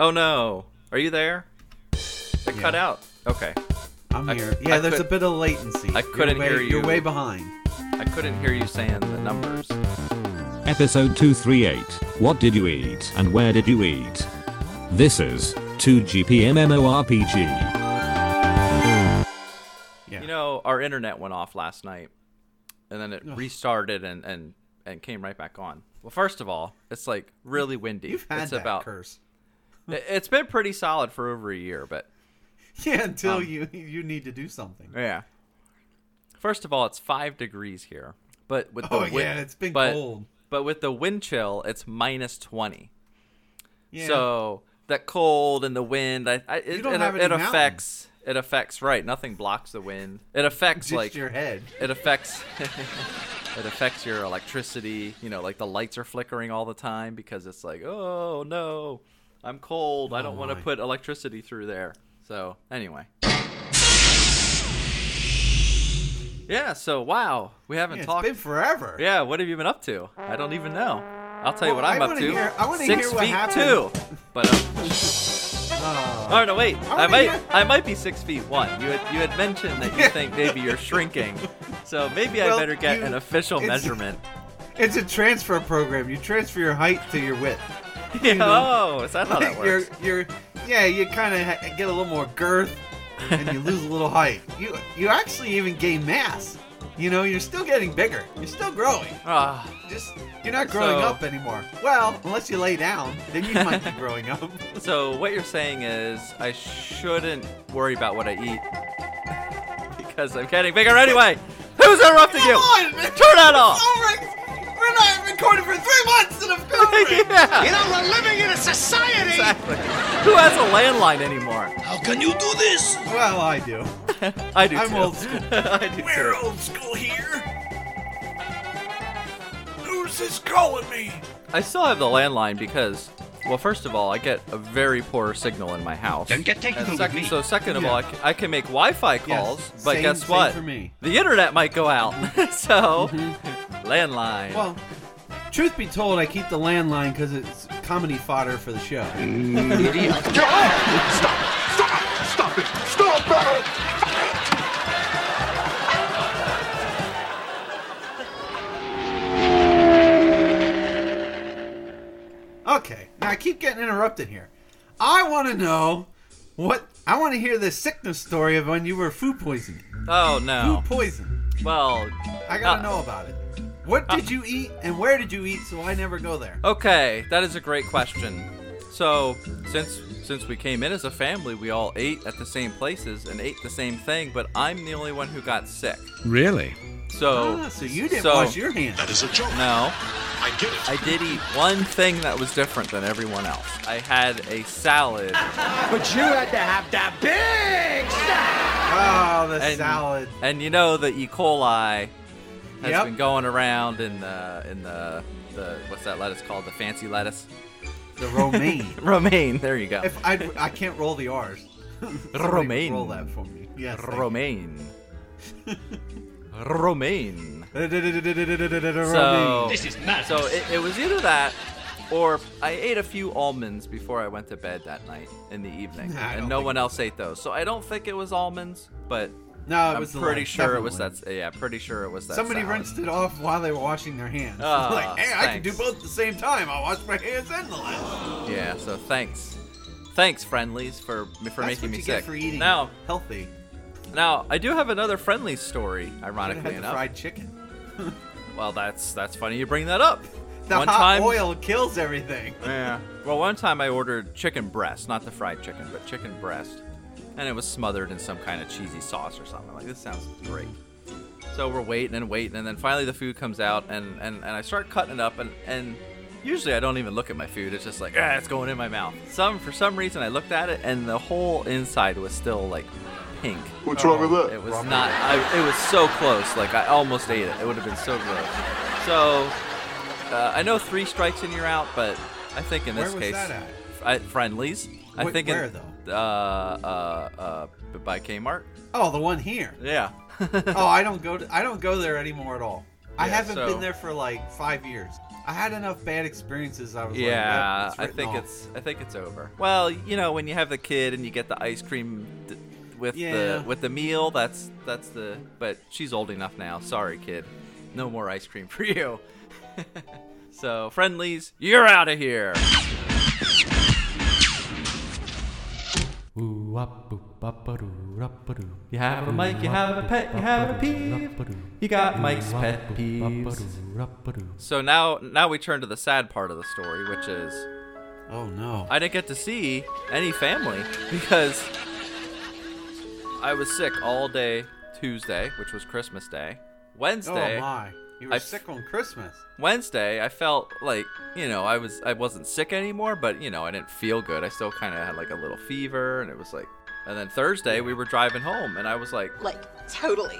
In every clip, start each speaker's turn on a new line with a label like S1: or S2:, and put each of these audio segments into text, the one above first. S1: Oh no, are you there? I cut
S2: Yeah.
S1: out. Okay,
S2: I'm
S1: I-
S2: here. Yeah,
S1: I
S2: there's
S1: could-
S2: a bit of latency.
S1: I couldn't
S2: you're way,
S1: hear you.
S2: You're way behind.
S1: I couldn't hear you saying the numbers.
S3: Episode 238 What Did You Eat and Where Did You Eat? This is 2GPMMORPG.
S2: Yeah.
S1: You know, our internet went off last night, and then it
S2: Ugh.
S1: restarted and and and came right back on. Well, first of all, it's like really windy.
S2: You've had
S1: it's
S2: that
S1: about
S2: curse.
S1: it- it's been pretty solid for over a year, but
S2: Yeah, until
S1: Um,
S2: you you need to do something.
S1: yeah. First of all, it's five degrees here, but with
S2: Oh
S1: the wind,
S2: yeah, it's been
S1: but,
S2: cold.
S1: But with the wind chill, it's minus twenty.
S2: Yeah.
S1: So that cold and the wind, I, I it,
S2: don't
S1: it,
S2: have any
S1: it
S2: mountain.
S1: affects it affects right. Nothing blocks the wind. It affects
S2: just
S1: like
S2: your head.
S1: it affects it affects your electricity. You know, like the lights are flickering all the time because it's like, oh no, I'm cold. I don't want to
S2: Oh, my.
S1: put electricity through there. So anyway, yeah. So wow, we haven't
S2: Yeah, it's
S1: talked.
S2: been forever.
S1: Yeah, what have you been up to? I don't even know. I'll tell you
S2: Well,
S1: what I'm
S2: I
S1: up
S2: wanna
S1: to.
S2: hear- I wanna
S1: six
S2: hear what
S1: feet
S2: happened.
S1: two. But um,
S2: Oh,
S1: oh no, wait. I,
S2: wanna
S1: might
S2: hear-
S1: I might be six feet one. You had you had mentioned that you think maybe you're shrinking, so maybe
S2: Well,
S1: I better get
S2: you-
S1: an official
S2: it's-
S1: measurement.
S2: it's a transfer program. You transfer your height to your width.
S1: Yeah,
S2: know,
S1: oh, is that how that
S2: Mm-hmm. you're,
S1: works?
S2: you're, yeah, you kind of ha- get a little more girth, and you lose a little height. You, you actually even gain mass. You know, you're still getting bigger. You're still growing.
S1: Ah,
S2: Just you're not growing
S1: So-
S2: up anymore. Well, unless you lay down, then you might be growing up.
S1: so what you're saying is I shouldn't worry about what I eat because I'm getting bigger anyway. Who's interrupting you?
S2: Come on!
S1: Turn that off.
S2: Ulrich, we're not recording for three months, and I'm growing.
S1: yeah.
S4: You know, we're living in a society!
S1: Exactly. Who has a landline anymore?
S4: How can you do this?
S2: well, I do.
S1: I do
S2: I'm
S1: too.
S2: old school.
S1: I do
S4: We're
S1: too.
S4: old school here. Who's this calling me?
S1: I still have the landline because, well, first of all, I get a very poor signal in my house.
S4: Don't get technical
S1: And
S4: with
S1: second-
S4: me.
S1: So second of
S2: Yeah.
S1: all, I can, I can make Wi-Fi calls,
S2: Yes,
S1: but
S2: same-
S1: guess
S2: same
S1: what?
S2: for me.
S1: The internet might go out. so landline.
S2: Mm-hmm. Well, truth be told, I keep the landline because it's comedy fodder for the show. Okay, now I keep getting interrupted here. I want to know what I want to hear this sickness story of when you were food poisoning.
S1: oh no.
S2: Food poison.
S1: Well,
S2: I gotta
S1: Uh,
S2: know about it. What did you eat and where did you eat? So I never go there.
S1: okay, that is a great question. So since since we came in as a family, we all ate at the same places and ate the same thing, but I'm the only one who got sick.
S5: Really?
S1: So
S2: Ah, so you didn't
S1: Oh, so-
S2: wash your hands.
S6: That is a joke.
S1: No.
S6: I get it.
S1: I did eat one thing that was different than everyone else. I had a salad.
S4: But you had to have that big snack!
S2: Oh, the
S1: And,
S2: salad.
S1: And you know the E. coli has
S2: Yep.
S1: been going around in the in the the what's that lettuce called? The fancy lettuce?
S2: The romaine.
S1: Romaine. There you go.
S2: if I I can't roll the R's. Somebody
S1: Romaine.
S2: Roll that for me. Yes. thank you.
S1: Romaine. Romaine.
S2: Romaine.
S1: So
S4: is madness.
S1: so it, it was either that or I ate a few almonds before I went to bed that night in the evening,
S2: Nah, I
S1: and
S2: don't
S1: no
S2: think-
S1: one else ate those. So I don't think it was almonds, but
S2: No, it
S1: I'm
S2: was the
S1: pretty
S2: lettuce,
S1: sure it was that.
S2: definitely.
S1: Yeah, pretty sure it was that.
S2: Somebody
S1: salad.
S2: rinsed it off while they were washing their hands.
S1: Ah,
S2: like, hey, I can do
S1: thanks.
S2: both at the same time. I'll wash my hands and the lettuce.
S1: Yeah. So thanks, thanks friendlies for for
S2: That's
S1: making
S2: what
S1: me
S2: you
S1: sick.
S2: get for eating
S1: Now,
S2: healthy.
S1: now I do have another friendly story. Ironically
S2: Should've had the
S1: enough.
S2: fried chicken.
S1: Well, that's that's funny you bring that up.
S2: The
S1: one
S2: hot
S1: time,
S2: oil kills everything.
S1: Yeah. Well, one time I ordered chicken breast, not the fried chicken, but chicken breast, and it was smothered in some kind of cheesy sauce or something. I'm like, this sounds great. So we're waiting and waiting, and then finally the food comes out, and and, and I start cutting it up, and and usually I don't even look at my food. It's just like, ah, it's going in my mouth. Some for some reason I looked at it, and the whole inside was still like pink.
S6: What's wrong with that?
S1: It was not. I, it was so close. Like I almost ate it. It would have been so gross. So uh, I know three strikes and you're out, but I think in
S2: Where
S1: this
S2: was
S1: case,
S2: that at?
S1: I, friendlies. I
S2: Wh-
S1: think
S2: where,
S1: in,
S2: though?
S1: Uh, uh, uh, by Kmart.
S2: Oh, the one here.
S1: Yeah.
S2: Oh, I don't go. To, I don't go there anymore at all. I
S1: Yeah,
S2: haven't
S1: so-
S2: been there for like five years. I had enough bad experiences. I was like,
S1: Yeah,
S2: "Yep,
S1: I
S2: written
S1: think
S2: off."
S1: it's I think it's over. Well, you know, when you have the kid and you get the ice cream d- with
S2: Yeah.
S1: the with the meal, that's that's the. But she's old enough now. Sorry, kid, no more ice cream for you. so friendlies, you're out of here.
S5: You
S1: You have a mic, you have a pet, you have a peeve. You got Mike's pet peeves. So now now we turn to the sad part of the story, which is
S2: Oh no.
S1: I didn't get to see any family because I was sick all day Tuesday, which was Christmas Day. Wednesday,
S2: oh my. You were
S1: I f-
S2: sick on Christmas.
S1: Wednesday, I felt like you know I was I wasn't sick anymore, but you know I didn't feel good. I still kind of had like a little fever, and it was like. And then Thursday, we were driving home, and I was like,
S6: Like, totally.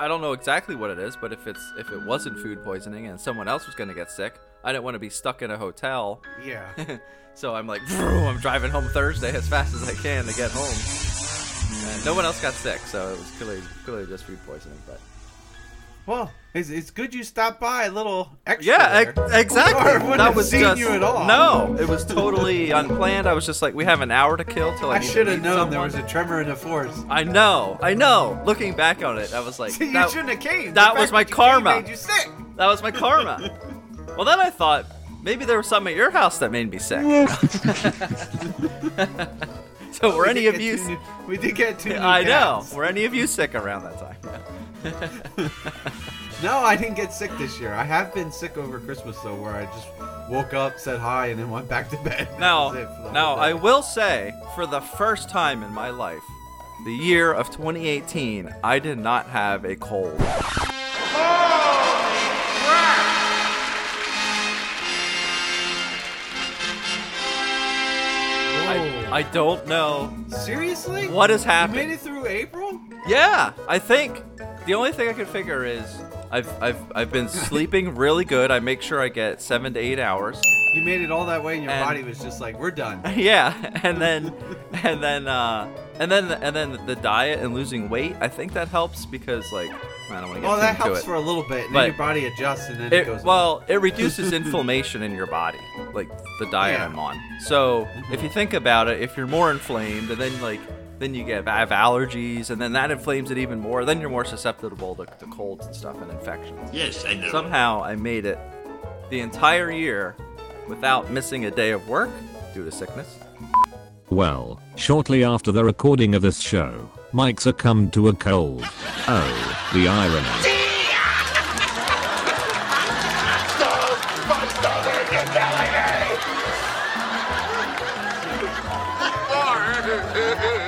S1: I don't know exactly what it is, but if it's if it wasn't food poisoning and someone else was gonna get sick, I didn't want to be stuck in a hotel
S2: Yeah.
S1: so I'm like, "Vroom," I'm driving home Thursday as fast as I can to get home. And no one else got sick, so it was clearly, clearly just food poisoning. But
S2: well, it's, it's good you stopped by, a little extra.
S1: yeah,
S2: there.
S1: ex- exactly.
S2: Or I wouldn't
S1: that
S2: have
S1: was
S2: seen
S1: just
S2: you at all.
S1: no, it was totally unplanned. I was just like, we have an hour to kill till I,
S2: I
S1: need to
S2: should have
S1: meet
S2: known
S1: someone.
S2: there was a tremor in the force.
S1: I know, I know. Looking back on it, I was like,
S2: you
S1: that,
S2: shouldn't have came. The
S1: that
S2: fact
S1: was my
S2: you came
S1: karma.
S2: Made you sick.
S1: that was my karma. well, then I thought maybe there was something at your house that made me sick. so were
S2: We
S1: any of
S2: did get
S1: you?
S2: two new- we did get two. new
S1: I know.
S2: cats.
S1: Were any of you sick around that time?
S2: No, I didn't get sick this year. I have been sick over Christmas though, where I just woke up, said hi, and then went back to bed. That
S1: Now,
S2: was it for the
S1: now
S2: whole
S1: I
S2: day.
S1: will say, for the first time in my life, the year of 2018, I did not have a cold. I, I don't know.
S2: seriously.
S1: what has happened?
S2: You made it through April.
S1: Yeah, I think the only thing I can figure is I've I've I've been sleeping really good. I make sure I get seven to eight hours.
S2: You made it all that way, and your
S1: And-
S2: body was just like, "We're done."
S1: yeah and then and then uh and then and then the diet and losing weight i think that helps because like i don't want to get
S2: Well, that
S1: into
S2: helps
S1: it,
S2: for a little bit, and
S1: But-
S2: then your body adjusts, and then it,
S1: It-
S2: goes.
S1: well it reduces inflammation in your body like the diet
S2: Yeah.
S1: i'm on so if you think about it if you're more inflamed and then like then you get I have allergies and then that inflames it even more then you're more susceptible to, to colds and stuff and infections
S7: Yes, I know.
S1: somehow i made it the entire year without missing a day of work due to sickness
S3: Well, shortly after the recording of this show, Mike succumbed to a cold. Oh, the irony.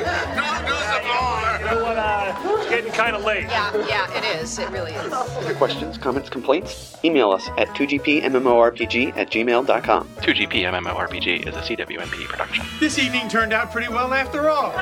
S8: You know what? Uh, it's getting kind of late.
S6: Yeah, yeah, it is. It really is.
S9: Questions, comments, complaints? Email us at 2gpmmorpg at gmail.com.
S10: 2GP MMORPG is a CWNP production.
S8: This evening turned out pretty well after all.